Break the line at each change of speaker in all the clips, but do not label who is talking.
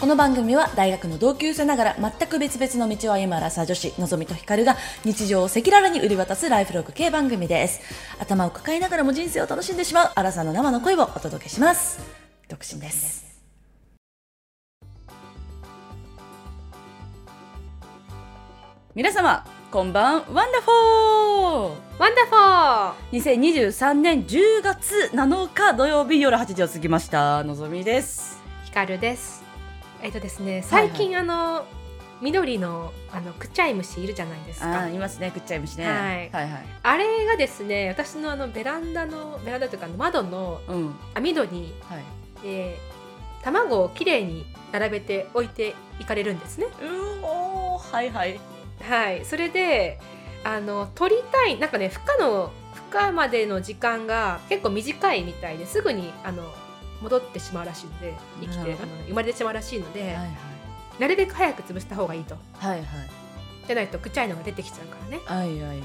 この番組は大学の同級生ながら全く別々の道を歩むアラサー女子のぞみとひかるが日常を赤裸々に売り渡すライフログ系番組です頭を抱えながらも人生を楽しんでしまうアラサーの生の声をお届けします独身です皆様こんばんワンダフォー
ワンダフォー
2023年10月7日土曜日夜8時を過ぎましたのぞみです
ヒカルですえっとですね
はいは
最
い
近、あの緑のあのクチャイムシいるじゃないですか
あ
あ
ーいますねくっちゃい虫ね、
はい
はいはい
れがですね私のあのベランダのベランダというかあの窓の
うん
網戸に、
はい
えー卵をきれいに並べて置いていかれるんですね
うおーはいはい
はいそれであの取りたいなんかね孵化の孵化までの時間が結構短いみたいですぐにあの戻ってしまうらしいので生き
な
て
る
あ
ほど
の生まれてしまうらしいので、
はい
なるべく早く潰した方がいいと
はいはい
じゃないとくちゃいのが出てきちゃうからね
はいはい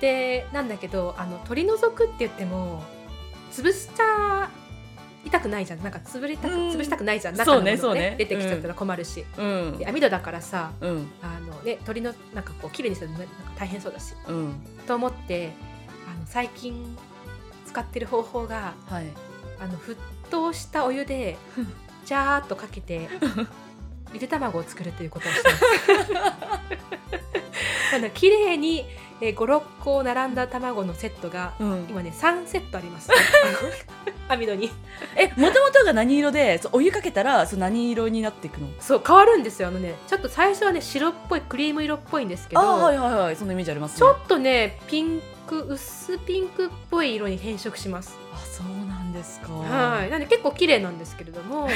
でなんだけどあの取り除くって言っても潰した痛くないじゃんなんか潰れたく
うん
潰したくないじゃん
そう
中のもの
ね
ね
そうね
出てきちゃったら困るし、
うん
で網戸だからさ
うん
あの、ね、鳥のなんかこう綺麗にするのなんか大変そうだし
うん
と思ってあの最近使ってる方法が
はい
あの沸騰したお湯 でジャーっとかけてゆで卵を作るということをしてます あの綺麗にえー56個並んだ卵のセットが
うん
今ね3セットあり ますあの網戸に
えもともとが何色でそうお湯かけたらそう何色になっていくの
そう変わるんですよあのねちょっと最初はね白っぽいクリーム色っぽいんですけど、
あーはいはいはいそのイメージありますね
ちょっとねピンク薄ピンクっぽい色に変色します
あそうなんですか
はいなんで結構綺麗なんですけれ ども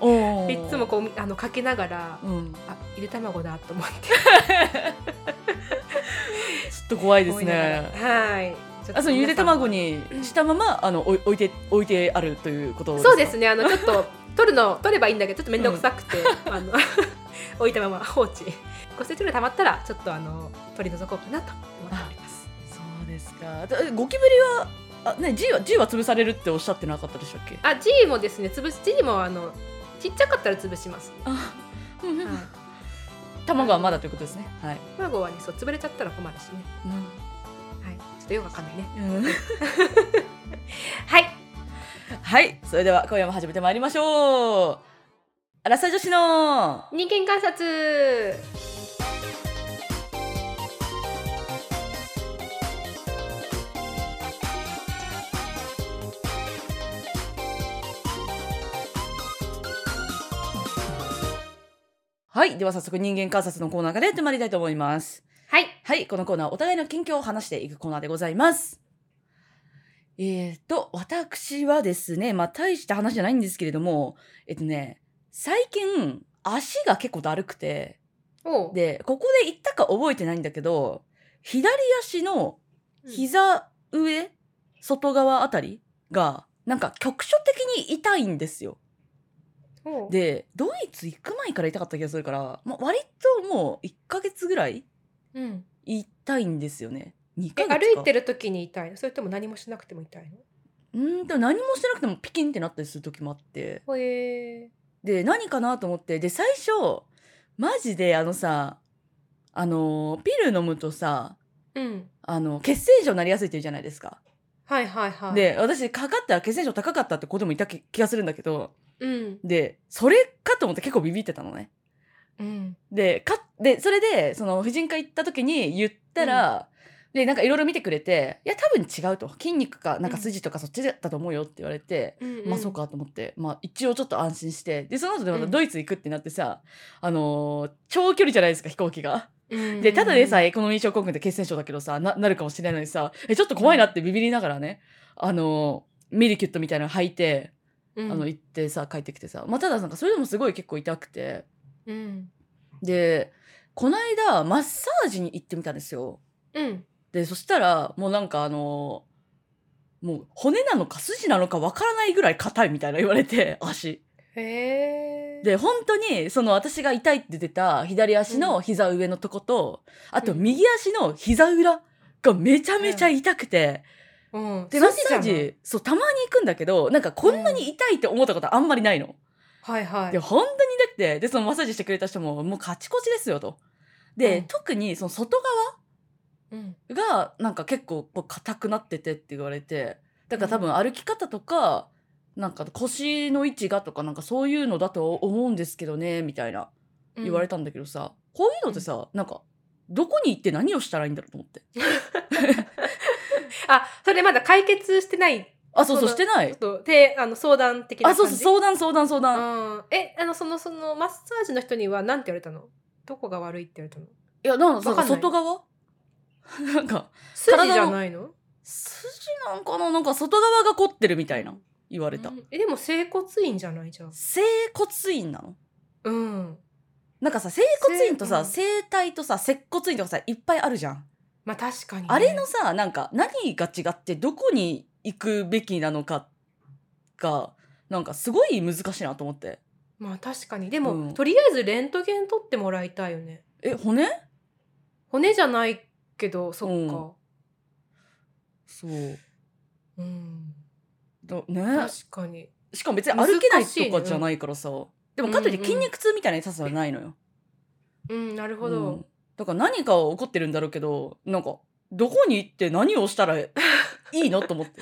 おー
いつもこうあのかけながら
うんちょ
あゆで卵だと思って
っと怖いです
思いながら
ね
はい。ちょっと
あそうゆで卵にしたままあのおい置いて置いてあるということ
皆
ですか
さんもそうですね。あのちょっと取るの取ればいいんだけどちょっと面倒くさくて、あの置いたまま放置。5センチぐらい溜まったらちょっとあの取り除こうかなと思っております。
そうですか。だえゴキブリはあね G は G は潰されるっておっしゃってなかったでしたっけ？
あ G もですね潰す G もあのちっちゃかったら潰します。
あ、
はい、
卵はまだということですね。はい。
卵はねそう潰れちゃったら困るしね。はい。ちょっとよくわかんないね。
うん
はい。
はい。それでは今夜も始めてまいりましょう。アラサー女子の
人間観察。
はい。では早速人間観察のコーナーからやってまいりたいと思います。
はい。
はい。このコーナーはお互いの近況を話していくコーナーでございます。えっ、と、私はですね、まあ、大した話じゃないんですけれども、えっとね、最近、足が結構だるくて、
おう。
で、ここで言ったか覚えてないんだけど、左足の
うん
膝上、外側あたりが、なんか局所的に痛いんですよ。
おう
で、ドイツ行く前から痛かった気がするから、まあ、割ともう1ヶ月ぐらい
うん。
痛いんですよね。2
え
ヶ月か。
歩いてる時に痛いのそれとも何もしなくても痛いの
うーんと何もしてなくてもピキンってなったりする時もあって。
ほえー。
で、何かなと思って。で、最初、マジであのさ、あのー、ピル飲むとさ、
うん。
あの、血栓症になりやすいって言うじゃないですか。
はいはいはい。、
で私かかったら血栓症高かったって子でもいた気気がするんだけど
うん。
でそれかと思って結構ビビってたのね
うん。
でかでそれでその婦人科行った時に言ったら、でなんかいろいろ見てくれて「いや多分違う」と「筋肉かなんか筋とかそっちだったと思うよ」って言われて、まあそう。かと思って、まあ一応ちょっと安心してでその後でまたドイツ行くってなってさ、あのー長距離じゃないですか飛行機が。
うん、
で、ただでさえ、エコノミー症候群って血栓症だけどさ、な、なるかもしれないのにさ、え、ちょっと怖いなってビビりながらね、あの、ミリキュットみたいなの履いて、
う
あ
ん、
の、行ってさ、帰ってきてさ、まあ、ただなんかそれでもすごい結構痛くて、
うん。
で、こないだ、マッサージに行ってみたんですよ。
うん。
で、そしたら、もうなんかあの、もう骨なのか筋なのかわからないぐらい硬いみたいな言われて、足。
へえ。、
で、本当に、その私が痛いって出てた左足の膝上のとこと、あと
うん
右足の膝裏がめちゃめちゃ痛くて、
うん。
で、マッサージ、そう、たまに行くんだけど、なんかこんなに痛いって思ったことあんまりないの。
はいはい
で本当にだってでそのマッサージしてくれた人ももうカチコチですよと。で、
うん
特にその外
うん
側がなんか結構こう硬くなっててって言われてだから多分歩き方とか、なんか腰の位置がとかなんかそういうのだと思うんですけどねみたいな
うん
言われたんだけどさ、こういうのってさ、なんかどこに行って何をしたらいいんだろうと思って。
あそれまだ解決してない
あそうそう
そ
し
うだ
てな
ちょ
い
っ。とてあの相談的な
あ
感じ
そうそう相談相談相談。
うんえあのそのそのマッサージの人にはなんて言われたのどこが悪いって言われたの
いやなん
わ
か
か
さ
んない
外側 なんか体
筋
の
じゃないの
筋なんかななんか外側が凝ってるみたいな言われた
う。んえでも整骨院じゃないじゃん
整骨院なの
うん
なんかさ整骨院とさ
整
整体とさ接骨院とかさいっぱいあるじゃん、
まあ確かにね、
あれのさなんか何が違ってどこに行くべきなのかがなんかすごい難しいなと思って
まあ確かにでも、
うん
とりあえずレントゲン取ってもらいたいよね
え骨
骨じゃないけどそっか
そう
うん、
だね
確かに
しかも別に歩けない
難しいね
とかじゃないからさ、でもかといって筋肉痛みたいな痛さはないのよ、
うんなるほ
う
ど
ん、だから何かは起こってるんだろうけどなんかどこに行って何をしたらいいのと思って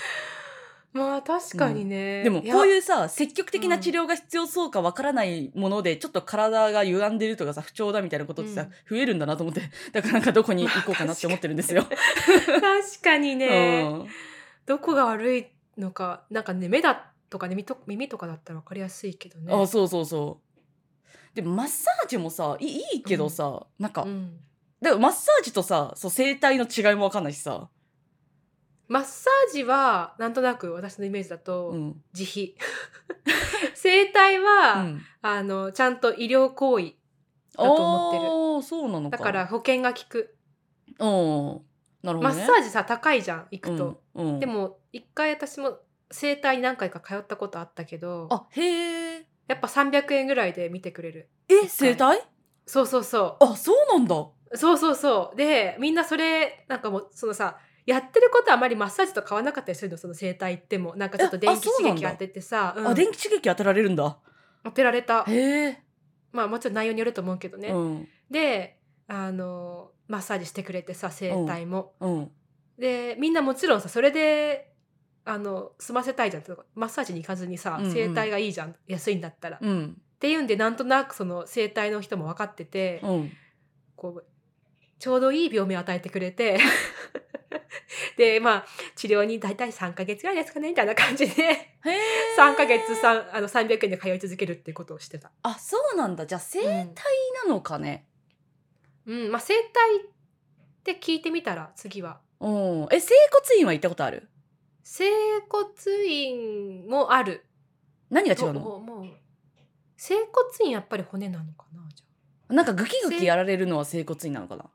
まあ確かにね、
でもこう
う
いうさ積極的な治療が必要そうかわからないもので、ちょっと体が歪んでるとかさ不調だみたいなことってさ、
うん
増えるんだなと思って だからなんかどこに行こうかなって思ってるんですよ。
確かにね、
うん
どこが悪いのかなんかね目だとかね耳と耳とかだったら分かりやすいけどね
あそうそうそう。でもマッサージもさいいいけどさ、なんか、
うん、
でもマッサージとさそう整体の違いもわかんないしさ、
マッサージはなんとなく私のイメージだと、
うん
自費 整体は、
うん、
あのちゃんと医療行為
あ
だと思ってる
ーそうなの
だ
か。
から保険が効く、
うんなるほどね、
マッサージさ高いじゃん行くと、
うんうん
でも一回私も整体に何回か通ったことあったけど
あへえ
やっぱ300円ぐらいで見てくれる
え整体
そうそうそ
あそうなんだ。
うそうそうそうでみんなそれなんかもうそのさやってることはあまりマッサージと変わらなかったりするのその整体行ってもなんかちょっと
えあ
電気
そう
刺
なん
激
だ
当ててさうん
あ電気刺激当てられるんだ。
当てられた
へえ。
まあもちろん内容によると思うけどね、
うん
であのマッサージしてくれてさ整体も、
うん
でみんなもちろんさそれであの済ませたいじゃんマッサージに行かずにさ
うんうん
整体がいいじゃん、安いんだったら、っ
うん
ていうんでなんとなくその整体の人も分かってて、
うん。
こうちょうどいい病名を与えてくれて でまあ治療に大体3ヶ月ぐらいですかねみたいな感じで
へえ。
3ヶ月。3あの300円で通い続けるってことをしてた。
あそうなんだ。じゃあ整体
うん
なのかね。
うんまあ、整体って聞いてみたら次は
うん。え整骨院は行ったことある？
整骨院もある
何が
と
違う
思
の？
う整骨院やっぱり骨なのかなじゃ
なんかグキグキやられるのは整骨院なのかな。
あ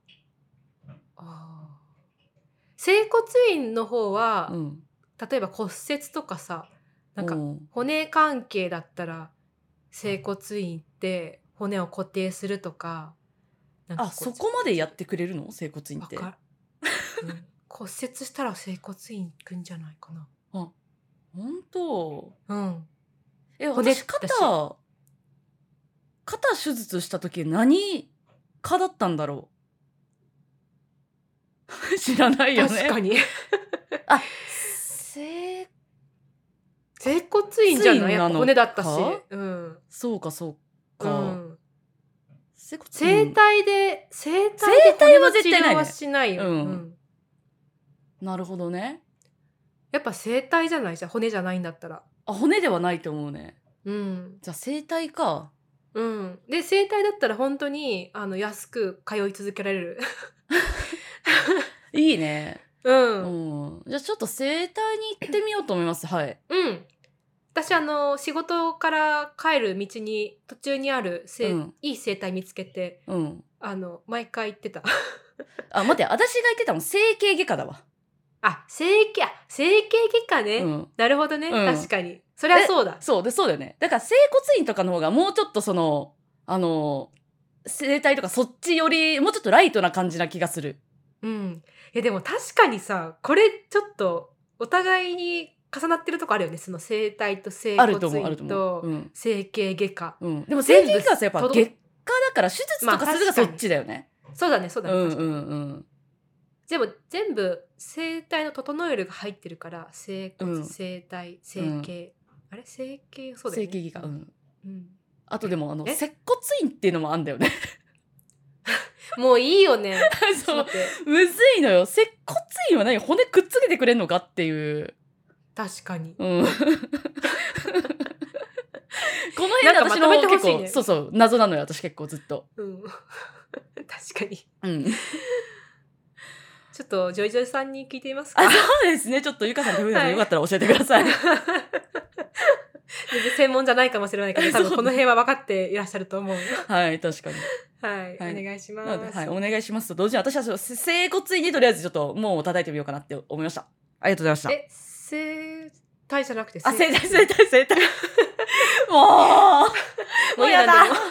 整骨院の方は、
うん。
例えば骨折とかさなん
う
か骨関係だったら整骨院行って骨を固定するとかなんか
あそこまでやってくれるの整骨院
わ
って。
かる、うん骨折したら整骨院行くんじゃないかな
本当。
うん
え
骨
私
だし
肩肩手術した時何科だったんだろう。 知らないよね。
確かに
あ、せ
整骨院 じゃな
骨
いやっぱ
なの
骨だったし
か、
うん
そうかそう
う
か。
ん、
整骨
整
うん
体で整
整
体で
体
骨の
は
治
絶対ないね
療はしないよ、
うん
うん
なるほどね。
やっぱ整体じゃないじゃん骨じゃないんだったら
あ骨ではないと思うね。
うん
じゃあ整体か。
うんで整体だったら本当にあの安く通い続けられ る
いいね。
うん
う、
うん
ん。じゃあちょっと整体に行ってみようと思います。はい。
私あの仕事から帰る道に途中にあるせい、
うん
いい整体見つけて
うん。
あの毎回行っ てた
あ待って私が言ってたの整形外科だわ。
あ整形あ整形外科ね、
うん。
なるほどね、
うん
確かにそりゃそうだ
そうでそうだよね。だから整骨院とかの方がもうちょっとそのあの整体とかそっちよりもうちょっとライトな感じな気がする。
うん。いやでも確かにさ、これちょっとお互いに重なってるとこあるよねその整体と整
ある
骨
と思うある
院
と思う、
と
うん
整形外科
うん、でも整
全部
形外科はさやっぱ
届
月科だから手術とかするのがそっちだよね、
そうだねそうだね、
うん
確か
う
に
んうん
でも全部整体の整えるが入ってるから整
う
骨
ん
整体整形、あれ整形そうだよ
整
ね
形外科うん
うん
あとでもあの
え
接骨院っていうのもあんだ よね
もういいよ ね
そう
ちょっと待って
むずいのよ接骨院は何骨くっつけてくれんのかっていう、
確かに
うん この辺で
なんか
私の
まとめてほ
結
しいね
構、そうそう謎なのよ私結構ずっと、
うん 確かに
うん、
ちょっとジョイジョイさんに聞いてみますか
あそうですねちょっとゆかさん得意なの
は
でよ
い
かったら教えてくだ さい、
全然専門じゃないかもしれ ないけど多分この辺は分かっていらっしゃると思う
はい確かに
はい、
はい
お願いしま、
なのですはいお願いしますと同時に私はそのせ整骨院にとりあえずちょっともう叩いてみようかなって思いましたありがとうございました
え整体じゃなくて
あ、生体、生体、生体。 もう、もう
もういいな
やだ。
でも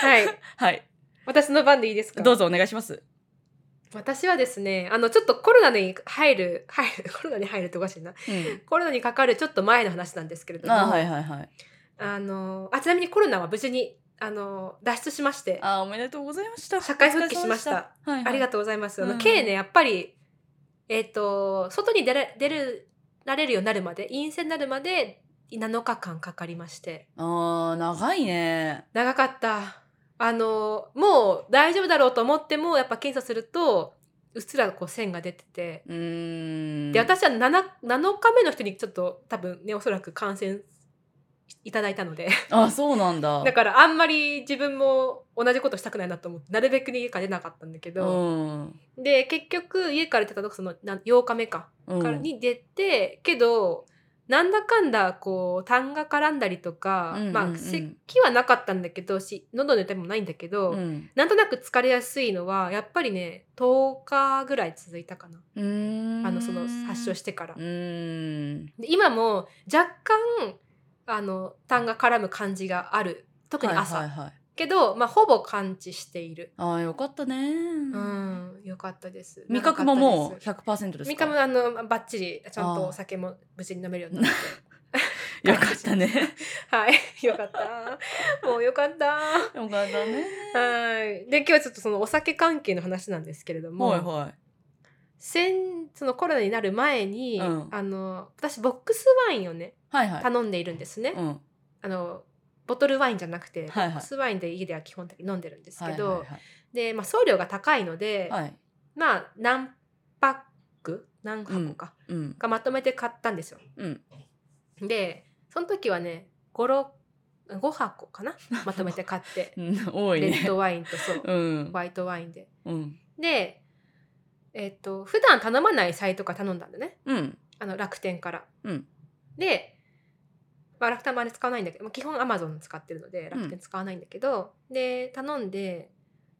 はい
はい、
私の番でいいですか
どうぞお願いします。
私はですねあのちょっとコロナに入る入る コロナに入るっておかしいな
うん。
コロナにかかるちょっと前の話なんですけれども
あ、はいはいはい。
あのあちなみにコロナは無事にあの脱出しましてあ
あ、おめでとうございました。
社会復帰しました
お疲れ様でした。はい、
りが
と
とうございます、あ
う
の
ん
K ねやっぱりえっ、と外に出れ出るられるようになるまで陰性になるまで7日間かかりまして
う。あー、長いね。
長かったあのもう大丈夫だろうと思ってもやっぱ検査するとうっすらこう線が出てて
うーん。
で私は 7, 7日目の人にちょっと多分ねおそらく感染いただいたので
あ、そうなんだ。
だからあんまり自分も同じことしたくないなと思ってなるべく家から出なかったんだけ
う
ど、
ん。
で結局家から出たのがそのな8日目か
うん
からに出て、けどなんだかんだこう痰が絡んだりとか、
うんうんうん
まあ咳はなかったんだけどし喉の痛みもないんだけど、
うん。
なんとなく疲れやすいのはやっぱりね10日ぐらい続いたかな、
うーん。
あのその発症してから
う。ーん。
で今も若干あの痰が絡む感じがある特に朝、
はいはいはい。
けど、まあ、ほぼ完治している
あー、よかったね。う
う
ん。
んよかったです
味覚ももう
長か
100%
った
で
です
す
味
か
覚もあのバッチリちゃん
あー
とお酒も無事に飲めるようになっ て
よかったね。
はいよかったもうよかったは
よかったね。
いで今日はちょっとそのお酒関係の話なんですけれども、
はいはい。
先そのコロナになる前に、
うん
あの私ボックスワインをね
はいはい。
頼んでいるんですね、
うん。
あのボトルワインじゃなく
は
て、
いはい
ボックスワインで家では基本的に飲んでるんですけど、
はいはいはい
で、まあ、送料が高いので、
はい。
まあ何パック何箱か、
うん。
がまとめて買ったんですよ。
うん。
でその時はね5箱かなまとめて買って
うん 多い
レ
ね。
ッドワインとそう
うん
ホ。ワイトワインで。
うん。
でえっと普段頼まないサイトから頼んだんだね
うん。
あの楽天から。
うん
で、まあ、楽天もあれ使わないんだけど、まあ、基本アマゾン使ってるので
うん
楽天使わないんだけど、で頼んで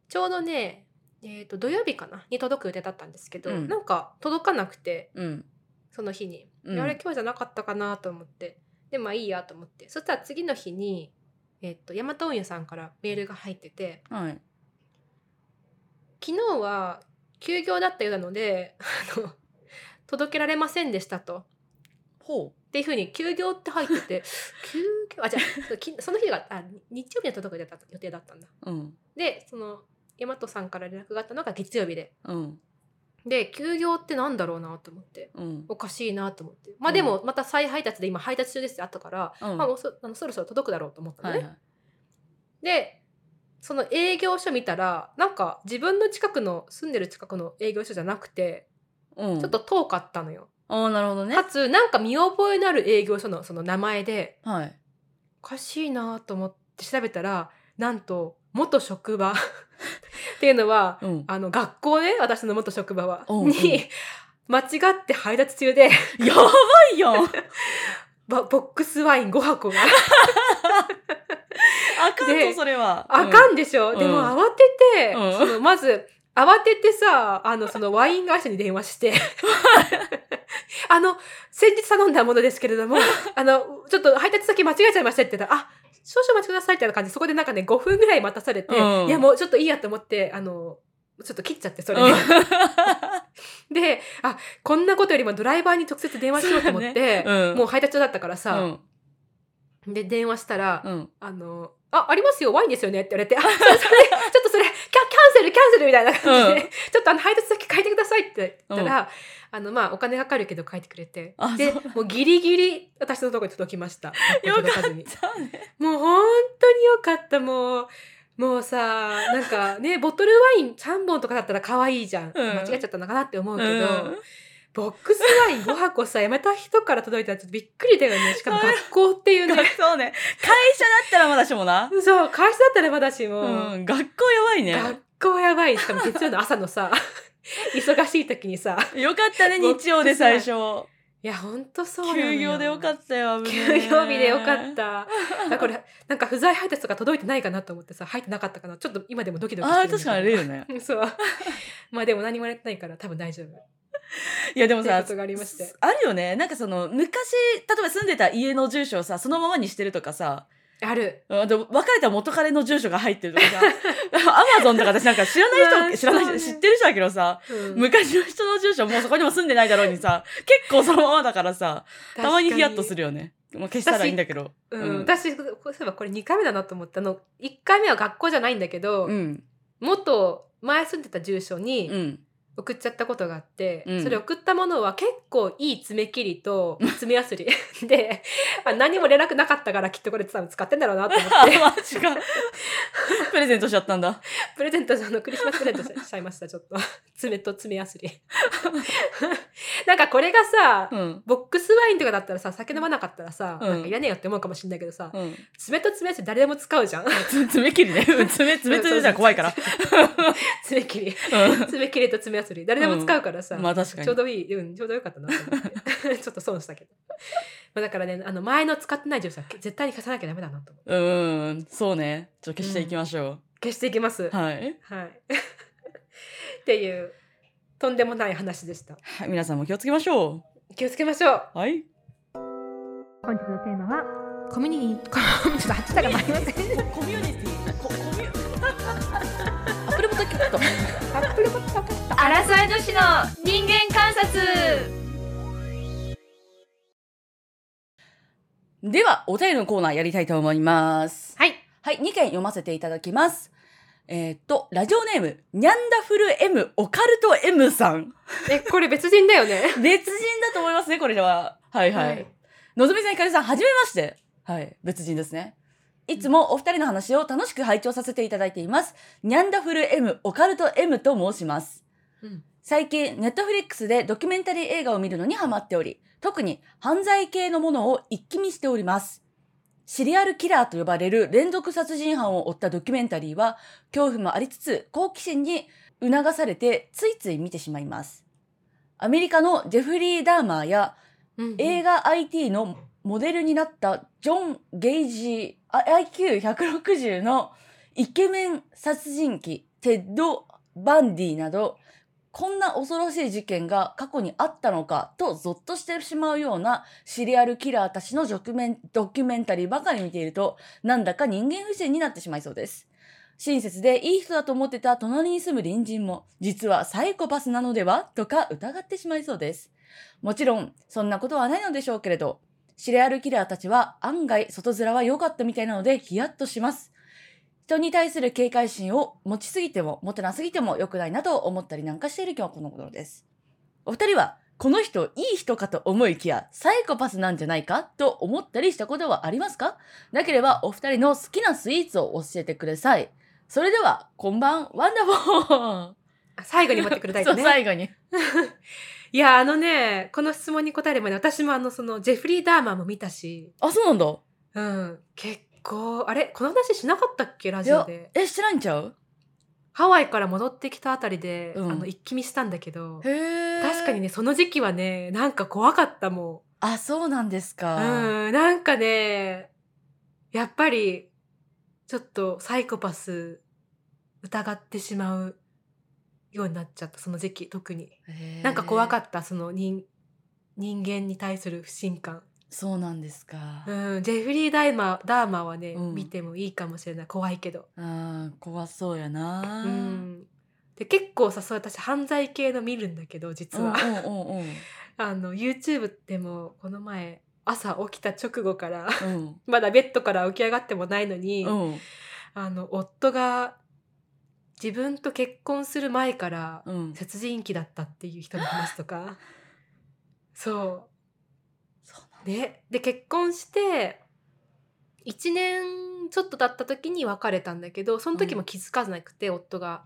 ちょうどね、えー、と土曜日かなに届く予定だったんですけど、
うん
なんか届かなくて
うん。
その日に、
うん
であれ今日じゃなかったかなと思ってでまあいいやと思ってそしたら次の日に、えー、とヤマト運輸さんからメールが入ってて
はい。
昨日は休業だったようなのであの届けられませんでしたと。
ほ
っていうふうに休業って入って て休業あじゃあそうきその日があ日曜日に届く予定だった予定だったんだ
う。うん。
でその大和さんから連絡があったのが月曜日で
うん。
で休業ってなんだろうなと思って
うん。
おかしいなと思ってまあでもまた再配達で今配達中ですってあったから、
うん。
ま
は
あ、もうそあのそろそろ届くだろうと思ったの
い
ね、
はい。
でその営業所見たらなんか自分の近くの住んでる近くの営業所じゃなくて
うん。
ちょっと。遠かったのよ、
ああ、なるほどね
か。つなんか見覚えのある営業所のその名前で
はい。
おかしいなと思って調べたらなんと元職場 っていうのは
うん。
あの学校ね私の元職場は
うんうん
に間違って配達中で
やばいやん。 あ
ばボックスワイン5箱が
かん
で
と、それは。
あか
うん
でしょ、
うん
でも慌てて、
うん
そのまず慌ててさあのそのワイン会社に電話して あの先日頼んだものですけれどもあのちょっと配達先間違えちゃいましたって言ったらあ少々お待ちくださいみたいな感じでそこでなんかね5分ぐらい待たされて、
うん
いやもうちょっといいやと思ってあのちょっと切っちゃってそれで、であこんなことよりもドライバーに直接 電話しようと思って、
うん
もう配達だったから
う
さ、
ん
で電話したら、
うん
あのあありますよワインですよねって言われてあそれそ れちょっとそれキャキャンセルキャンセルみたいな感じで、
う
ちょっとあの配達先変えてくださいって言ったら、あのまあお金かかるけど変えてくれて
あ
で
そう
もうギリギリ私のとこに届きました
よかっ
届かずに
たね
もう本当によかったもうもうさなんかねボトルワイン3本とかだったら可愛いじゃん、間違えちゃったのかなって思うけど、
うん
ボックスワイン5箱さやめた人から届いたらちょっとびっくりだよねしかも学校って いうね
そうね会社だったらまだしもな
そう会社だったらまだしも、
うん学校やばいね
学校やばいしかも月曜の朝のさ 忙しい時にさ
よかったね
ボックス
日曜で最初
いやほんとそうなの
休業でよか
っ
ったよ危ね
休
え
業日でよかっただからこれなんか不在配達とか届いてないかなと思ってさ入ってなかったかなちょっと今でもドキドキ
あ
し
ー
てる
確かにあれよね
に そうまあでも何もやってないから多分大丈夫
いやでも
ってい
さ
うことがありまして
あるよねなんかその昔例えば住んでた家の住所をさそのままにしてるとかさ
ある
あと別れた元彼の住所が入ってるとか さアマゾンとか私なんか知らな
う
い
わ
人知らない
そう
人
ね
知ってる人だけどさ
うん
昔の人の住所もうそこにも住んでないだろうにさ結構そのままだからさたまにヒヤッとす
る
るよねもう消したらいいんだけど
うん、
うん
私そういえばこれ2回目だなと思ったの1回目は学校じゃないんだけど、
うん
元前住んでた住所 に、
うん
送っちゃったことがあって、
うん
それ送ったものは結構いい爪切りと爪やすり であ何も連絡なかったからきっとこれ多分使ってんだろうなと思っ
あ
て
マジかプレゼントしちゃったんだ
プレゼントあのクリスマスプレゼントしちゃいましたちょっ と爪と爪やすり なんかこれがさ、
うん
ボックスワインとかだったらさ酒飲まなかったらさ、
うん
なんかいらねえよって思うかもしれないけどさ、
うん
爪と爪やすり誰でも使うじゃん
つ爪切りねうん爪爪爪じゃ怖いから
爪切り
う
爪切りと爪やすり誰でも使うからさ、
んまあ確かに
ちょうどいい、うん、ちょうどよかったなと思って。 ちょっと損したけど。まあだからね、あの前の使ってない住所は絶対に消さなきゃダメだなと思って。
うんそうねちょっと消していきましょ
消していきます。
う
はい。
はい
っていう、とんでもない話でした。
はい皆さんも気をつけましょ
気をつけましょう。
うはい
本日のテーマは、コミュニティ、ちょっと8が参りま せん。
コミュニティココミュ アップルポッドキャスト
アップルポッドキャスト
アラサー女子の人間観察
ではお便りのコーナーやりたいと思います
はい。
はい2件読ませていただきますえーっとラジオネームニャンダフル M オカルト M さん
え、これ別人だよね。
別人だと思いますねこれははいはい、
はい
のぞみさんひかりさんはじめましてはい別人ですねいつもお二人の話を楽しく拝聴させていただいていますニャンダフル M オカルト M と申します
うん。
最近ネットフリックスでドキュメンタリー映画を見るのにハマっており特に犯罪系のものを一気見しておりますシリアルキラーと呼ばれる連続殺人犯を追ったドキュメンタリーは恐怖もありつつ好奇心に促されてついつい見てしまいますアメリカのジェフリー・ダーマーや映
画。
画 IT のモデルになったジョン・ゲイジー IQ160 のイケメン殺人鬼テッド・バンディなどこんな恐ろしい事件が過去にあったのかとゾッとしてしまうようなシリアルキラーたちのドキュメンドキュメンタリーばかり見ているとなんだか人間不信になってしまいそうです。親切でいい人だと思ってた隣に住む隣人も実はサイコパスなのではとか疑ってしまいそうです。もちろん、そんなことはないのでしょうけれど、シリアルキラーたちは案外外面は良かったみたいなのでヒヤッとします。人に対する警戒心を持ちすぎても、持てなすぎても良くないなと思ったりなんかしている今日はこの頃です。お二人は、この人いい人かと思いきや、サイコパスなんじゃないかと思ったりしたことはありますかなければお二人の好きなスイーツを教えてください。それでは、こんばん、ワンダフォー
あ最後に持ってくるタイプ
そう、
ね。
最後に。
いや、あのね、この質問に答える前に私もあの、その、ジェフリー・ダーマーも見たし、
あ、そうなんだ。
うん、結構あれこの話しなかったっけラ
い
ジオ
や
で、
え、してないんちゃう
ハワイから戻ってきたあたりで、
うん
あの一気見したんだけど
へえ。
確かにねその時期はねなんか怖かったも
あ、そうなんです
ん、
か。
うん、なんかねやっぱりちょっとサイコパス疑ってしまうようになっちゃったその時期特になんか怖か
った。
ったその人人間に対する不信感
そうなんですか。
うん、ジェフリー・ダイマーダーマーはね、
うん
見てもいいかもしれない怖いけど
あー怖そうやな、
うん、で結構さそう私犯罪系の見るんだけど実は、
うんうんうん
あの YouTube でもこの前朝起きた直後から
うん
まだベッドから起き上がってもないのに、
うん
あの夫が自分と結婚する前から
うん
殺人鬼だったっていう人の話 とかそう
そうなんだ
でで結婚して1年ちょっとだった時に別れたんだけどその時も気づかなくて、夫が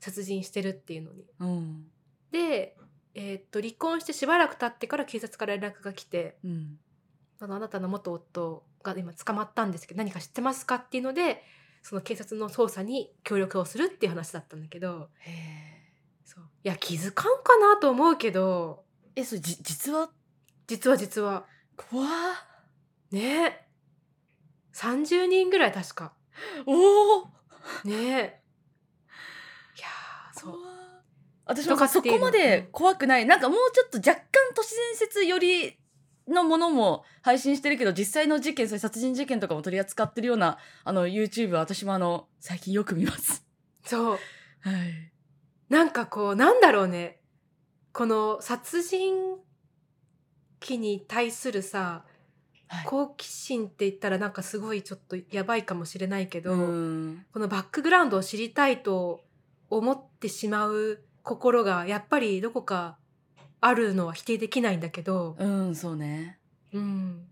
殺人してるっていうのに。
うん
で、えーっと離婚してしばらく経ってから警察から連絡が来て
うん
「あのあなたの元夫が今捕まったんですけど何か知ってますか?」っていうのでその警察の捜査に協力をするっていう話だったんだけど
へえ
そういや気づかんかなと思うけど
えそれじ実は
実は実は
怖っ
ね30人ぐらい確か。
おお
ねえいやーそう
私
と
も
か
さ
ってい
そうこ
の
まで怖くないなんかもうちょっと若干都市伝説よりのものも配信してるけど実際の事件それ殺人事件とかも取り扱ってるようなあの YouTube は私もあの最近よく見ます。
そう
はい、
なんかこうなんだろうねこの殺人鬼に対するさ、
はい
好奇心って言ったらなんかすごいちょっとやばいかもしれないけど、
うん
このバックグラウンドを知りたいと思ってしまう心がやっぱりどこかあるのは否定できないんだけど、
うんそうね、
うん、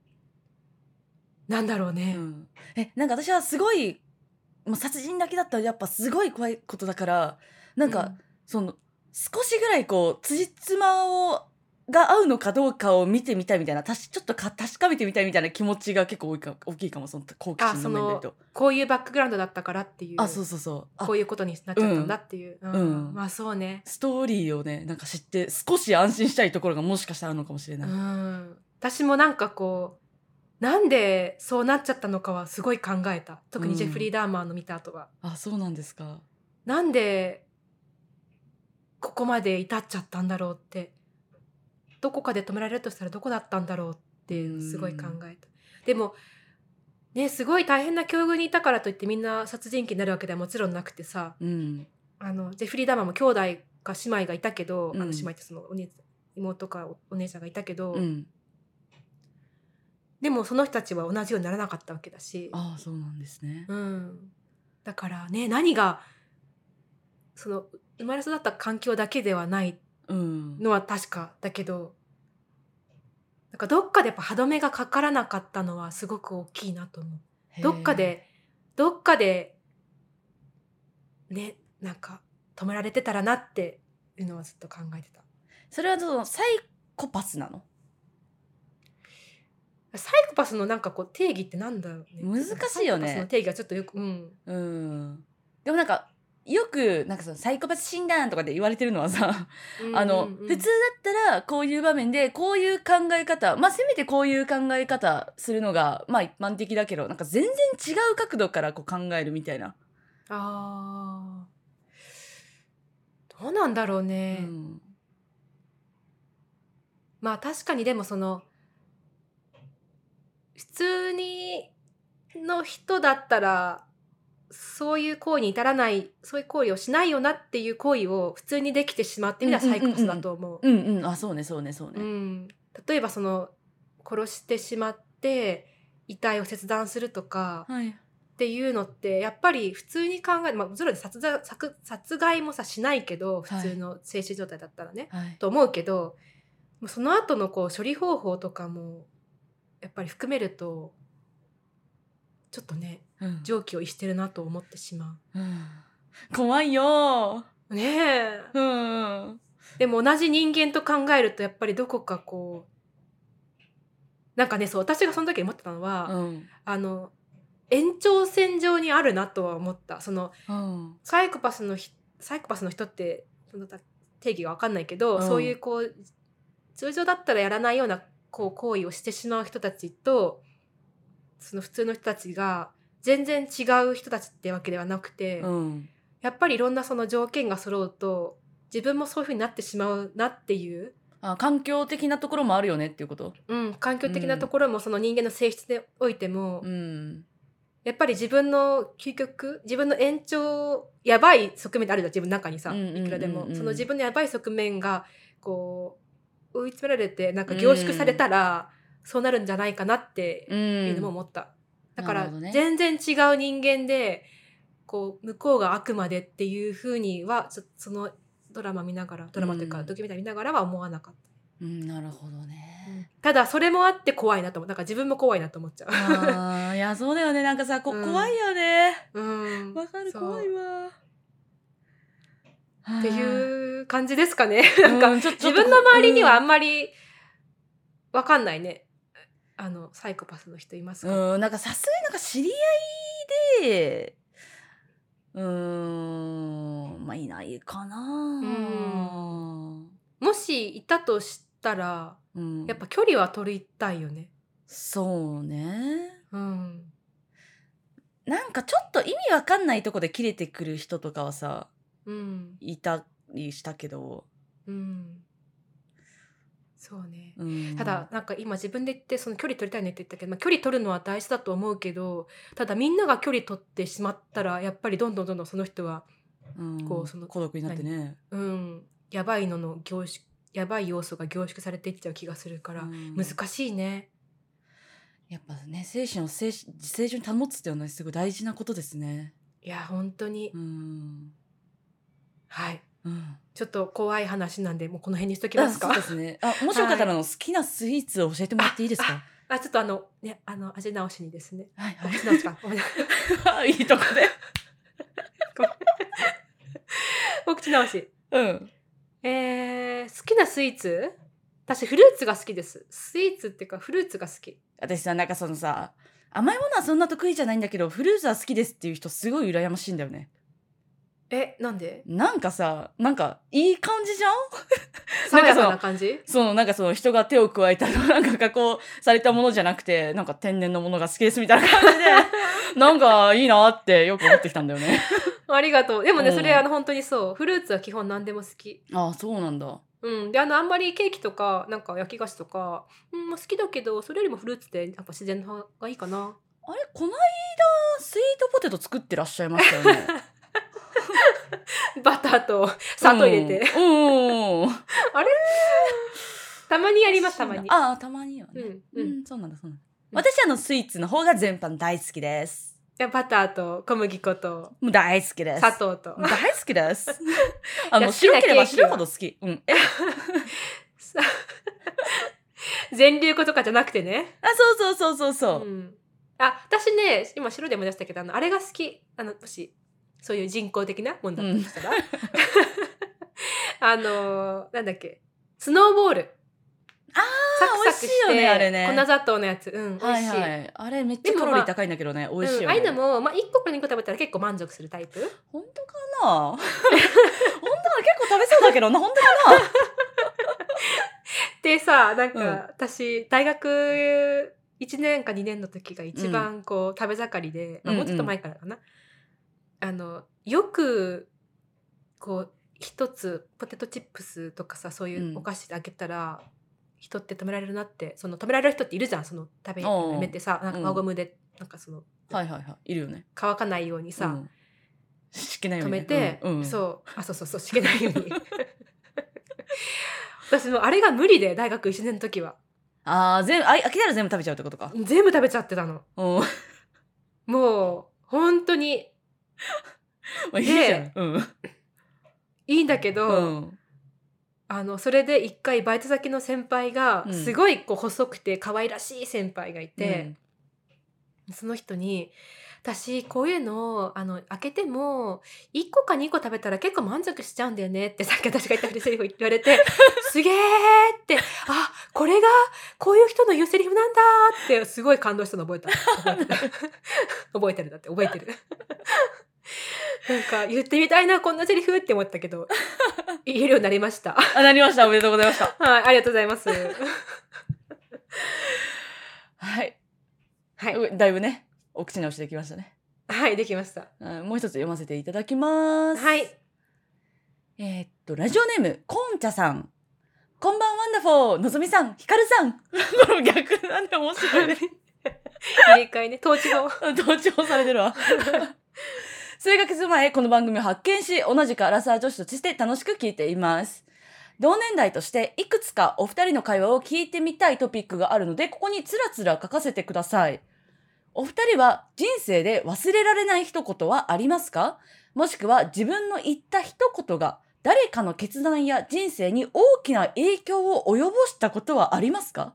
なんだろう
う
ね。
ん、えなんか私はすごい、まあ、殺人だけだったらやっぱすごい怖いことだからなんか、その少しぐらいこう辻褄をが合うのかどうかを見てみたいみたいなたしちょっとか確かめてみたいみたいな気持ちが結構多いか大きいかもその好奇心の面で言うと
うんこういうバックグラウンドだったからっていう
あそうそうそうあ
こういうことになっちゃったんだっていう、うん
うん
まあそうね、
ストーリーをねなんか知って少し安心したいところがもしかしたらあるのかもしれ
う
ない、
ん、私もなんかこうなんでそうなっちゃったのかはすごい考えた特
う
に
ん
ジェフリー・ダーマーの見た後は、
あそうなんですか
なんでここまで至っちゃったんだろうってどこかで止められるとしたらどこだったんだろうっていうのをすごい考えた、でもねすごい大変な境遇にいたからといってみんな殺人鬼になるわけではもちろんなくてさ、
うん
あのジェフリー・ダーマンも兄弟か姉妹がいたけど、あ
う
の
ん
姉妹ってそのお姉妹かおお姉ちゃんがいたけど、
うん
でもその人たちは同じようにならなかったわけだし、
あそうなんですね
うん、だからね何がその生まれ育った環境だけではない
うん
のは確かだけどなんかどっかでやっぱ歯止めがかからなかったのはすごく大きいなと思う。
へー
どっかでどっかでねなんか止められてたらなっていうのはずっと考えてた。
それはそのサイコパスなの
サイコパスのなんかこう定義ってなんだろう
難
ね。
しいよね
サイコパスの定義はちょっとよく、うん。
うんでもなんかよくなんかそのサイコパス診断とかで言われてるのはさあの、
うんうんうん
普通だったらこういう場面でこういう考え方まあせめてこういう考え方するのがまあ一般的だけどなんか全然違う角度からこう考えるみたいな、
ああ。どうなんだろうね。
うん
まあ確かにでもその普通にの人だったらそういう行為に至らないそういう行為をしないよなっていう行為を普通にできてしまってみれば
うんうん
サイ
うんう
コ
ん
パスだと思う。
うんうんあそうねそうねそう
う
ね、
ん、例えばその殺してしまって遺体を切断するとか
はい
っていうのってやっぱり普通に考えまあもちろん殺だ殺殺害もさしないけど普通の精神状態だったらね、
はい
と思うけどもうその後のこう処理方法とかもやっぱり含めるとちょっとね
うん
常軌を逸してるなと思ってしま
うん怖いよ
う。ねえ
うんうん
でも同じ人間と考えるとやっぱりどこかこうなんかねそう私がその時思ってたのは、
うん
あの延長線上にあるなとは思ったその
うん
サイコパスのひサイコパスの人ってその定義が分かんないけど、
うん
そういうこう通常だったらやらないようなこう行為をしてしまう人たちとその普通の人たちが全然違う人たちってわけではなくて、
うん
やっぱりいろんなその条件が揃うと自分もそういう風になってしまうなっていう、
あ環境的なところもあるよねっていうこと
うん、環境的なところもその人間の性質においても、
うん
やっぱり自分の究極自分の延長やばい側面ってあるじゃん自分の中にさ、
うんうんうんうん
いくらでもその自分のやばい側面がこう追い詰められてなんか凝縮されたら、そうなるんじゃないかなって
う
いうの
ん
も思った、だか
な
ら
るほどね
全然違う人間でこう向こうがあくまでっていうふうにはちょそのドラマ見ながらドラマというか、
うん
ドキュメンタリー見ながらは思わなかっ
うんなるほど
た、
ね。
ただそれもあって怖いなと思うなんか自分も怖いなと思っちゃう
あーいやそうだよねなんかさこ
うん
怖いよね。
うん
わかる
そう
怖いわ。
っ
ってう
いう感じですかね。
な
なんか自分の周りにはあ
うん
んまりわかんないね。あのサイコパスの人いますか、
うんなんかさすがになんか知り合いでうーんまあいないかな。
んもしいたとしたら
うん
やっぱ距離は取りたいよね。
そうね。
うん。
なんかちょっと意味わかんないとこで切れてくる人とかはさ
うん。
いたりしたけど、
うん。そうね。
うん
ただなんか今自分で言ってその距離取りたいねって言ったけど、まあ、距離取るのは大事だと思うけどただみんなが距離取ってしまったらやっぱりどんどんどんどんその人は
うん
こうその
孤独になってね。
うんやばいのの凝縮やばい要素が凝縮されていっちゃう気がするから、
うん
難しいね。
やっぱね精神を精神正常に保つっていうのはすごい大事なことですね。
いや本当に、
うん。
はい
うん。
ちょっと怖い話なんでもうこの辺にしときますか
あそうですね。あもしよかったらあの、好きなスイーツを教えてもらっていいですか。
あちょっとあのねあの味直しにですね
はい
あ味 直しかごめんなさ
は
い
い。 いいとこ
お口直し
で。うん。
えー、好きなスイーツ私フルーツが好きですスイーツっていうかフルーツが好き
私さなんかそのさ甘いものはそんな得意じゃないんだけどフルーツは好きですっていう人すごい羨ましいんだよね。
えなんで
なんかさなんかいい感じじゃん。
爽
なんか
や
そ
か
の
な感じ
そのなんかその人が手を加えたのなんか加工されたものじゃなくてなんか天然のものが好きですみたいな感じでなんかいいなってよく思ってきたんだよ ね。
ありがとうでもね
うん
それあの本当にそうフルーツは基本何でも好き
ああそうなんだ。
うんであのあんまりケーキとかなんか焼き菓子とか、うん、まあ好きだけどそれよりもフルーツってやっぱ自然の方がいいかな
あれこの間スイートポテト作ってらっしゃいましたよね。
バターと 砂糖入れて、
うん。うんうんうん。
たまにやりますたまに
ああたまには
う
ね。
ん
う、
うんん、い
そうなんだそうなんだ。私あのスイーツの方が全般大好きです。
やバターと小麦粉と
もう大好きです。
砂糖と
もう大好きです。あ
いや
の
好きな
白ければ
ケーキは
白ほど好き。うん。え、
さ 全粒粉とかじゃなくてね、
あそうそうそうそう
う
そう。
ん、あ私ね今白でも出したけどあのあれが好きあのもしそういう人工的なもんだったとしたら、 あのーなんだっけスノーボール
あー美味しいよねあれね
粉砂糖のやつうん美
はい
味しい、
はい。あれめっちゃカロリー高いんだけどね。美味しい
うん、
よ
ああ
ね。
いうのも、まあ、1個から2個食べたら結構満足するタイプ
本当かな 本当かな結構食べそうだけどな。本当かな
でさなんか、
うん
私大学1年か2年の時が一番こう、食べ盛りで、まあ、
うんうん
もうちょっと前からかな、あのよくこう一つポテトチップスとかさそういううんお菓子であげたら、人って止められるなってその止められる人っているじゃんその食べ
おう
やめてさなんか
うん
輪ゴムで、なんかその
はいはいはい。いるよね。
乾かないようにさ、
うん、しきないよ
止
うに
め
ね
て、
うんうん
そうあそうそうそうしけないように 私もうあれが無理で大学1年の時は
ああ、全部、あ、飽きたら全部食べちゃうってことか。
全部食べちゃってたの
うん。 ま
もう本当に
あいいじゃん。うん。
いいんだけど、
うん。
あのそれで一回バイト先の先輩が
うん
すごいこう細くて可愛らしい先輩がいて、その人に「私こういうのあの開けても1個か2個食べたら結構満足しちゃうんだよね」ってさっき私が言ったセリフを言われて「すげえ!」って「あこれがこういう人の言うセリフなんだ!」ってすごい感動したの覚えた覚えてる覚えてるだって覚えてる。なんか言ってみたいなこんなセリフって思ったけど言えるようになりました。
うんあ、なりました。おめでとうございました。
はい、ありがとうございます。
はい。
はいう
だいぶね、お口直しできましたね。
はい、できました。
うんもう一つ読ませていただきます。
はい。
えーっと、ラジオネーム、こんちゃさん。 こんばんワンダフォー、のぞみさん、ひかるさん。この逆なんで面白いね。
入れ替えね統治法
同調されてるわ数ヶ月前この番組を発見し同じくアラサー女子として楽しく聞いています同年代としていくつかお二人の会話を聞いてみたいトピックがあるのでここにつらつら書かせてくださいお二人は人生で忘れられない一言はありますかもしくは自分の言った一言が誰かの決断や人生に大きな影響を及ぼしたことはありますか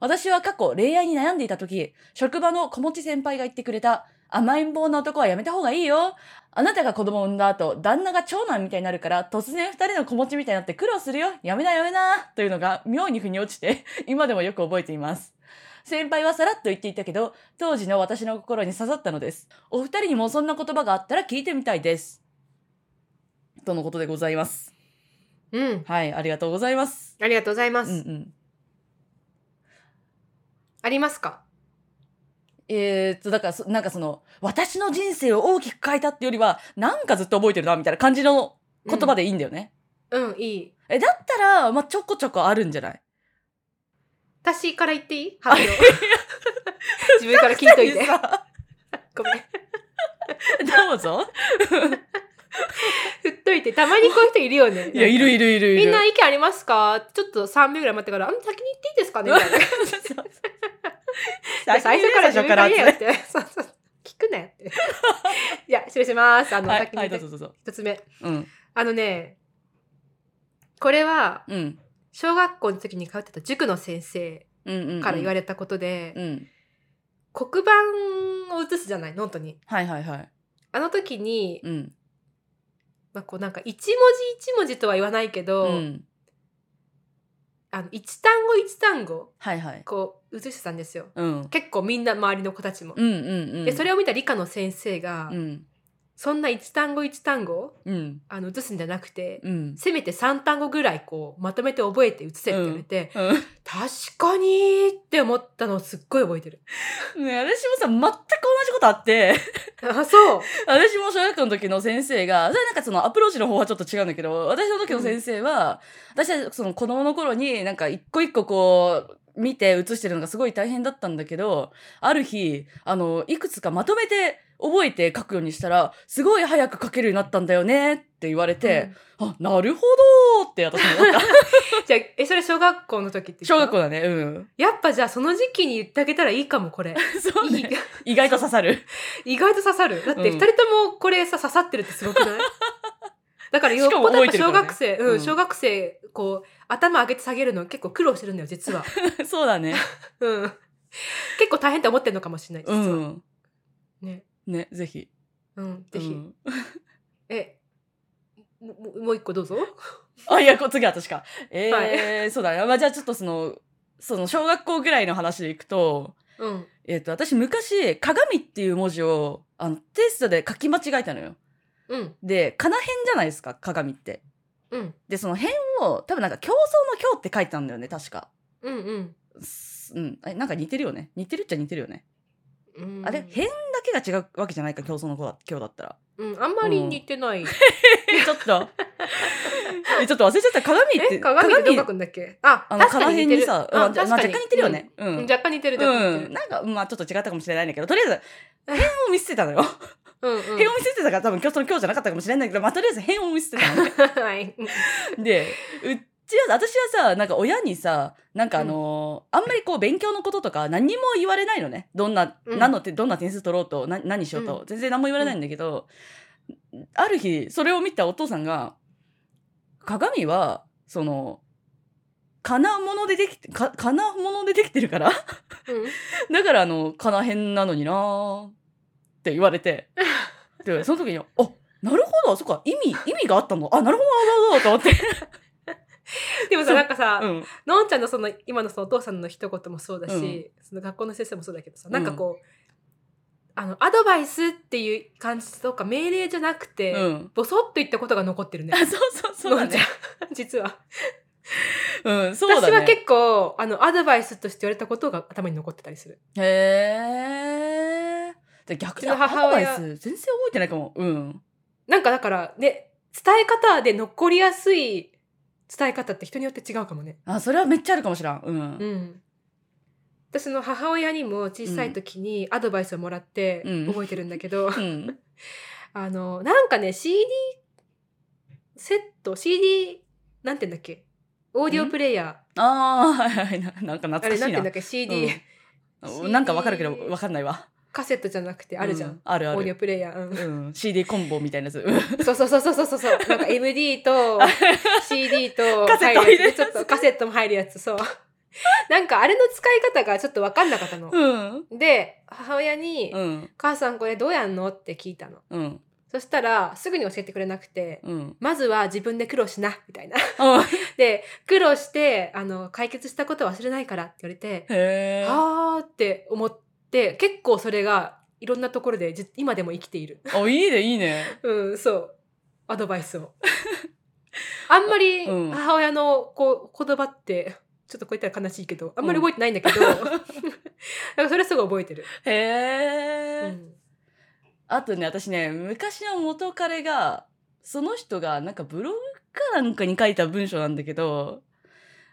私は過去恋愛に悩んでいた時職場の小持先輩が言ってくれた甘えん坊な男はやめた方がいいよあなたが子供を産んだ後旦那が長男みたいになるから突然二人の子持ちみたいになって苦労するよやめなやめなというのが妙に腑に落ちて 今でもよく覚えています先輩はさらっと言っていたけど当時の私の心に刺さったのですお二人にもそんな言葉があったら聞いてみたいですとのことでございます
うん
はいありがとうございます
ありがとうござい
う
ま
ん
す、
うん
ありますか
えーっと、だからそ、なんかその、私の人生を大きく変えたってよりは、なんかずっと覚えてるな、みたいな感じの言葉でいいんだよね。
うんいい
え、だったら、まあ、ちょこちょこあるんじゃない
私から言って いい発表自分から聞いといて
さ
ごめん
どうぞ。
振っといてたまにこういう人いるよね
いや、いるいるいるいる。
みんな意見ありますかちょっと3秒ぐらい待ってから「うん先に言っていいですか ね」みたいな
最
最
初
初
か最初か
からら自分からら
っ
言え
て
よってそうそう聞くなよって いや失礼しますあの、
はい、
先に
はい、ど
言
う
っ
ぞ
て
どうぞ。
一つ目
うん。
あのねこれは
うん。
小学校の時に通ってた塾の先生
うんうん、うん。
から言わ
れ
れたことで、
うん。
黒板を写すじゃないノートに
はいはいはい。
あの時に、
うん。
まあ、こうなんか一文字一文字とは言わないけど、
うん。
あの一単語一単語
はいはい。
こう写してたんですよ
うん。
結構みんな周りの子たちも、
うんうんうん。
でそ
れ
れを見た理科の先生が、
うん。
そんな一単語一単語
うん。
あの写すんじゃなくて、
うん。
せめて3単語ぐらいこうまとめて覚えて写せって言われて、
うん。
確かにーって思ったのをすっごい覚えてる。
ね私もさ、全く同じことあって、
あそう
私も小学校の時の先生が、それはなんかそのアプローチの方はちょっと違うんだけど、私の時の先生は、私はその子供の頃になんか一個一個こう、見て写してるのがすごい大変だったんだけど、ある日、あの、いくつかまとめて覚えて書くようにしたら、すごい早く書けるようになったんだよねって言われて、あ、なるほどーって私も思った。
うんじゃあえそれ小学校の時って
小学校
校
だね、うん。
やっぱじゃあその時期に言ってあげたらいいか もこれ、
そう
いい
ね。意外と刺さる。
意外と刺さるだって
うん
2人ともこれさ刺さってるってすごくない だからよっぽ
しかも
ど
覚え
やってぱ
るか
小
らね
学生、
う
うんん、小学生こう頭上げて下げるの結構苦労してるんだよ実は、
そうだね。
うん、結構大変って思ってるのかもしれない実
う
は、
ん。
ね
ね、ぜひ。
うん、ぜひ、
うん
えもももう一個どうぞ
あ、いや、こ次は私か。えー そうだね。まあ、じゃあちょっとその、その小学校ぐらいの話でいくと、
うん
えっ、と、私昔、鏡っていう文字を、あの、テストで書き間違えたのよ。
うん
で、かなへんじゃないですか、鏡って。
うん
で、その辺を、多分なんか競争の競って書いてたんだよね、確か。
うんうん
すうん。えなんか似てるよね。似てるっちゃ似てるよね。
うん
あれ、辺だけが違うわけじゃないか、競争の競だったら。
うん、あんまり似てない。
え、ちょっ と。え、ちょっと忘れちゃった。鏡って、
え、鏡ってどう書くんだっけあ、
あの、
確
かな
かに
へ
似
ん
て
に
る。
さ、うん
あ
まあじゃまあ若干似てるよね。。う
確か
ん
にうん。若干似てる、若干似
う
て
ん、
る。
なんか、まあちょっと違ったかもしれないんだけど、とりあえず、 辺を見捨てたのよ。
うん、うん。
辺を見捨てたから多分今日その今日じゃなかったかもしれないんだけど、まあとりあえず辺を見捨てた のね。
はい。
で、うちは、私はさ、なんか親にさ、なんかあのーあんまりこう勉強のこととか何にも言われないのね。どんな、
うん
何のて、どんな点数取ろうと、な何しようと、
う
全然何も言われないんだけど、ある日、それを見たお父さんが、鏡は、その、金物でできて、か、金物でできてるから、
うん
だからあの、かなへんなのになーって言われて、で、その時に、あ、なるほど、そっか、意味、意味があったの。あ、なるほど、なるほど、 と思って。
で
そう
もさ、なんかさ、
うん。
のんちゃんのその、今のそのお父さんの一言もそうだし、その学校の先生もそうだけどさ、なんかこう、あの、アドバイスっていう感じとか、命令じゃなくて、
うん。
ボソッと言ったことが残ってるね
あ、。そうそう、そうだ
のんちゃ
ね
ん。実は。
うん、そうだ
私
ね。
は結構、あの、アドバイスとして言われたことが頭に残ってたりする。
へー。で逆に
うちの
ア
母
ドバイ
親
ス全然覚えてないかも。うん。
なんかだから、ね、伝え方で残りやすい伝え方って人によって違うかもね。
あ、それはめっちゃあるかもしらん。うん。
うん。私の母親にも小さい時にアドバイスをもらって
うん
覚えてるんだけ ど、
うん
あのなんかね CD セット CD なんて言うんだっけオーディオプレイヤ
ああはいはいななんか懐
ーあ
か
れ
し
な
い
んて言うんだ
な
っけ CD、
うんなんかわかるけどわかんないわ
カセットじゃなくてあるじゃん、
うあるあ
オーディ
る
オプレイヤー、うん
うん CD コンボみたいなやつ
そうそうそうそうそうそうそうなんか MD と CD と
カセット
入るや
入れるやつ
つちょっとカセットも入るやつそう なんかあれの使い方がちょっと分かんなかったの、
うん
で母親に、
うん
母さんこれどうやんの?」って聞いたの
うん
そしたらすぐに教えてくれなくて「
うん
まずは自分で苦労しな」みたいな
うん
で苦労してあの解決したこと忘れないからって言われて「
へえ
あー」って思って結構それがいろんなところでじ今でも生きている
おいいねいいね
うんそうアドバイ スをあんまり
うん
母親のこう言葉ってちょっとこう言ったら悲しいけどあんまり覚えてないん だけど、なんかそれはすぐ覚えてる、
へ
う
え、
ん、
あとね私ね昔の元彼がその人がなんかブログかなんかに書いた文章なんだけど、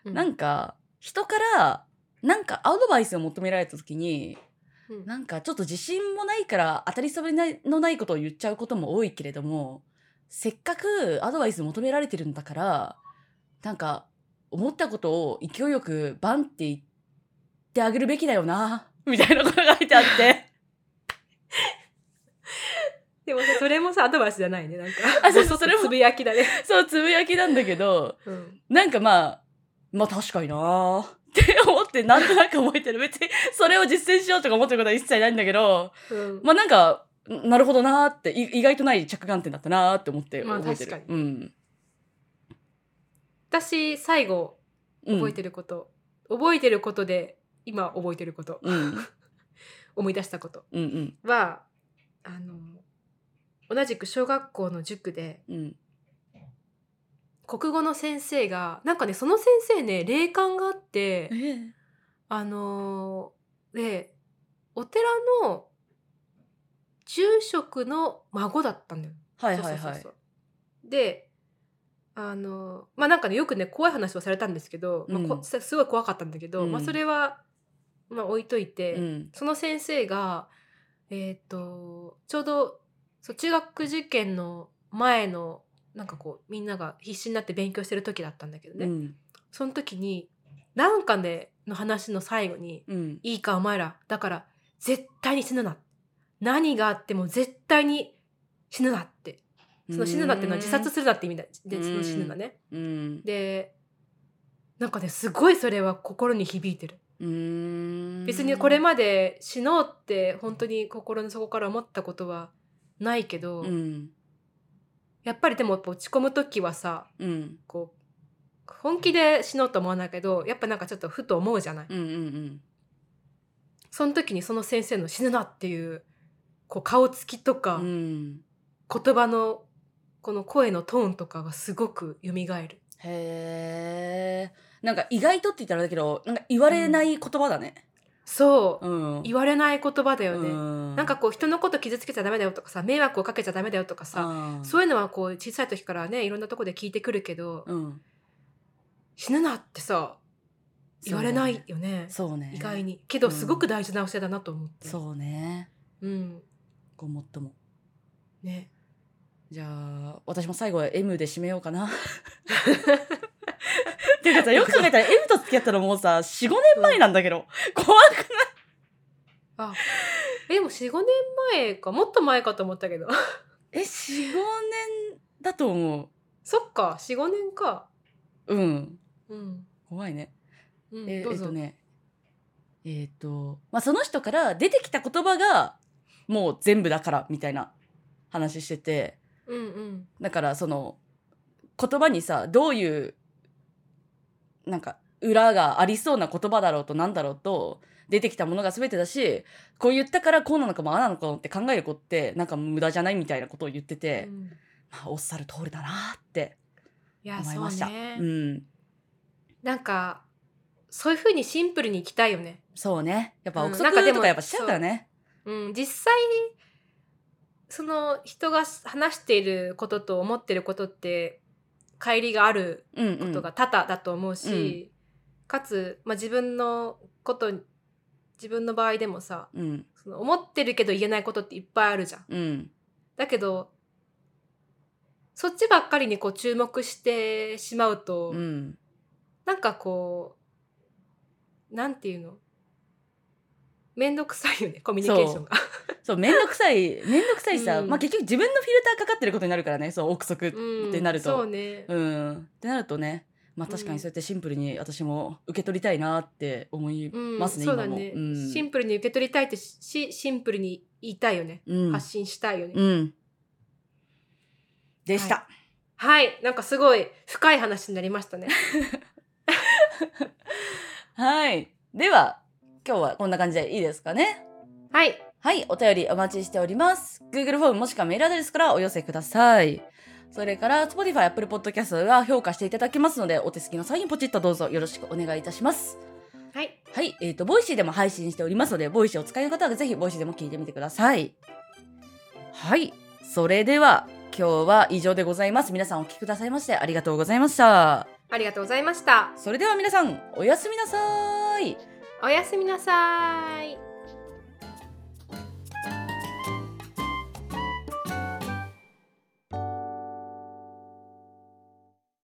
なんか人からなんかアドバイスを求められた時に
うん
なんかちょっと自信もないから当たり障りないのないことを言っちゃうことも多いけれどもせっかくアドバイス求められてるんだからなんか思ったことを勢いよくバンって言ってあげるべきだよなみたいなことが書いてあ って。
でもさそれもさアドバイスじゃないねなんか
あそうそうそれも
つぶやきだね、
そうつぶやきなんだけど
うん、
なんかまあまあ確かになーって思ってなんとなく覚えてる別にそれを実践しようとか思ってることは一切ないんだけど
うん
まあなんかんなるほどなーってい意外とない着眼点だったなーって思って
まあ
覚えてる、
確か
うん
私最後
うん、
覚えてること、覚えてることで今覚えてること、
うんうん
思い出したこと
うん
はあの同じく小学校の塾で
うん
国語の先生がなんかねその先生ね霊感があって
え
あのでお寺の住職の孫だったんだよ
はいはいは
そうそう
い
そうそうであのまあなんかねよくね怖い話をされたんですけど、まあこ
うん
すすごい怖かったんだけど、
うん
まあ、それは、まあ、置いといて、
うん
その先生がえっ、とちょうどそう中学受験の前のなんかこうみんなが必死になって勉強してる時だったんだけどね、
うん
その時になんかねの話の最後に
うん
いいかお前らだから絶対に死ぬな何があっても絶対に死ぬなってその死ぬなっていうのは自殺するなって意味だで
うん
その死ぬなね
うん
でなんかねすごいそれは心に響いてる
うん
別にこれまで死のうって本当に心の底から思ったことはないけど、
うん
やっぱりでもやっぱ落ち込む時はさ
うん
こう本気で死のうと思わないけどやっぱなんかちょっとふと思うじゃない、
うんうん
その時にその先生の「死ぬな」っていうこう顔つきと
う
か、
んうん
言葉のこの声のトーンとかがすごく蘇る
へえ。なんか意外とって言ったらあれだけど、なんか言われない言葉だね。
そう、
うん。
言われない言葉だよね、
うん
なんかこう人のこと傷つけちゃダメだよとかさ迷惑をかけちゃダメだよとかさ、
さ
そう
い
いうのはこう小さい時からねいろんなとこで聞いてくるけど、
うん。
死ぬなってさ言われないよね
そうね。
意外
に。
にけどすごく大事な教えだなと思って、
そうね。
うん
ごもっとも。
ね
じゃあ、私も最後は M で締めようか な。てかさ、よく考えたら M と付き合ったのもうさ、4、5年前なんだけど。怖くない
あえでも45年前かもっと前かと思ったけど
え、4、5年だと思
そっか45年か
う。うん。
うん、
怖いね。
うん
え
ど
え
う
っ
ぞ、
とねえっ、と、まあ、その人から出てきた言葉がもう全部だからみたいな話してて
うんうん
だからその言葉にさどういうなんか裏がありそうな言葉だろうとなんだろうと出てきたものが全てだしこう言ったからこうなのかもああなのかもって考える子ってなんか無駄じゃないみたいなことを言ってて、
うん
まあ、おっさる通りだなって
いや
思いました。
そうね、
うん
なんかそういうふうにシンプルにいきたいよね、
そうねやっぱ
うん
憶
なんかで
測
も
とかやっぱしちゃうからね。
うん、実際にその人が話していることと思ってることって乖離がある
うんうん
ことが多々だと思うし、かつ、まあ、自分のこと自分の場合でもさ
うん
その思ってるけど言えないことっていっぱいあるじゃん。
うん
だけどそっちばっかりにこう注目してしまうと、
うん
なんかこうなんていうの面倒くさいよねコミュニケーションが。
そう面倒くさい面倒くさいしさ、
うん
まあ、結局自分のフィルターかかってることになるからねそう憶測っ
うん
てなると
そうね、
うんってなるとねまあ確かにそうやってシンプルに私も受け取りたいなって思い
うん
ますね、
そう
今
だ
も。
ね、
うん
シンプルに受け取りたいってしシンプルに言いたいよね、
うん
発信したいよね、
うんでした、
ははいなんかすごい深い話になりましたね
はい。では、今日はこんな感じでいいですかね。
はい
はい、お便りお待ちしております。Google フォームもしくはメールアドレスからお寄せください。それから、Spotify、Apple Podcast が評価していただけますので、お手すきの際にポチッとどうぞよろしくお願いいたします。
はい
はい、えっ、と、ボイシーでも配信しておりますので、ボイシーをお使いの方はぜひボイシーでも聞いてみてください。はい、それでは、今日は以上でございます。皆さんお聞きくださいましてありがとうございました。
ありがとうございました
それでは皆さん、おやすみなさーい。
おやすみなさーい